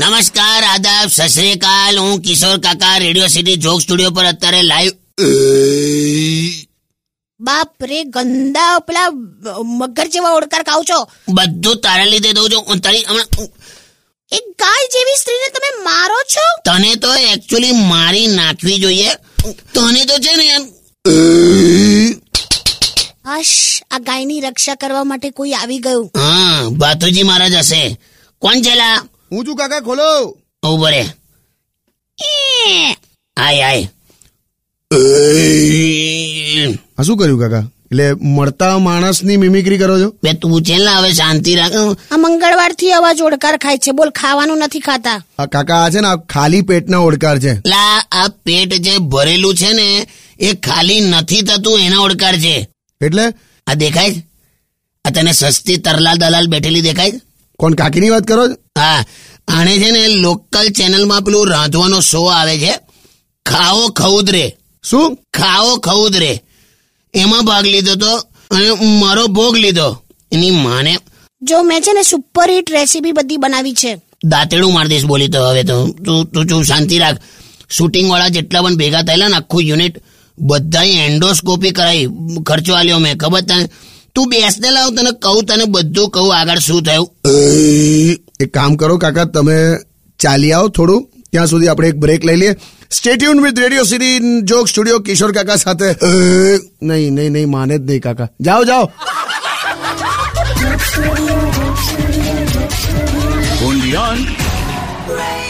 નમસ્કાર આદાબ સત શ્રી અકાલ હું કિશોર કાકા રેડિયો સિટી જોક સ્ટુડિયો પર અત્યારે લાઈવ બાપ રે ગંદા પેલા મગર જેવા ઓડકાર ખાવ છો બધું તારા લીધે દઉં છું હું તારી હમણાં એક ગાય જેવી સ્ત્રીને તમે મારો છો તને તો એકચ્યુઅલી મારી નાખવી જોઈએ તને તો છે ને એમ હશ આ ગાયની રક્ષા કરવા માટે કોઈ આવી ગયું હા ભાતુજી મહારાજ હશે કોણ છેલા હું છું કાકા ખોલો ઉભો રે આય આય આ શું કર્યું કાકા એટલે મળતા માણસની મિમિક્રી કરો છો બે તું છેલા હવે શાંતિ રાખ આ મંગળવારથી અવાજ ઓડકાર ખાય છે બોલ ખાવાનું નથી ખાતા આ કાકા આ છે ને આ ખાલી પેટના ઓડકાર છે લા આ પેટ જે ભરેલું છે ને એ ખાલી નથી થતું એના ઓડકાર છે એટલે આ દેખાય છે? આ તને સસ્તી તરલાલ દલાલ બેઠેલી દેખાય છે? કોણ કાકીની વાત કરો છો હા આણે છે ને લોકલ ચેનલમાં પેલું રાંધવાનો શો આવે છે ખાઓ ખઉદ રે શું ખાઓ ખઉદ રે એમાં ભાગ લીધો તો અને મારો ભોગ લીધો એની માને જો મેં છે ને સુપર હિટ રેસીપી બધી બનાવી છે દાંતેડું મારી દઈશ બોલી તો હવે તો તું તું ચૂપ શાંતિ રાખ શૂટિંગ વાળા જેટલા પણ ભેગા થયેલા ને આખું યુનિટ બધાએ એન્ડોસ્કોપી કરાઈ ખર્ચો આલ્યો મેં ખબર તને તું બેસને લાવ તને કહું તને બધું કહું આગળ શું થયું એક કામ કરો કાકા તમે ચાલી આવો થોડું ત્યાં સુધી આપણે એક બ્રેક લઈ લઈએ stay tuned with radio city joke studio Kishore કાકા સાથે અ, નહીં નહીં નહીં માને જ નહીં કાકા જાઓ જાઓ Undian. Radio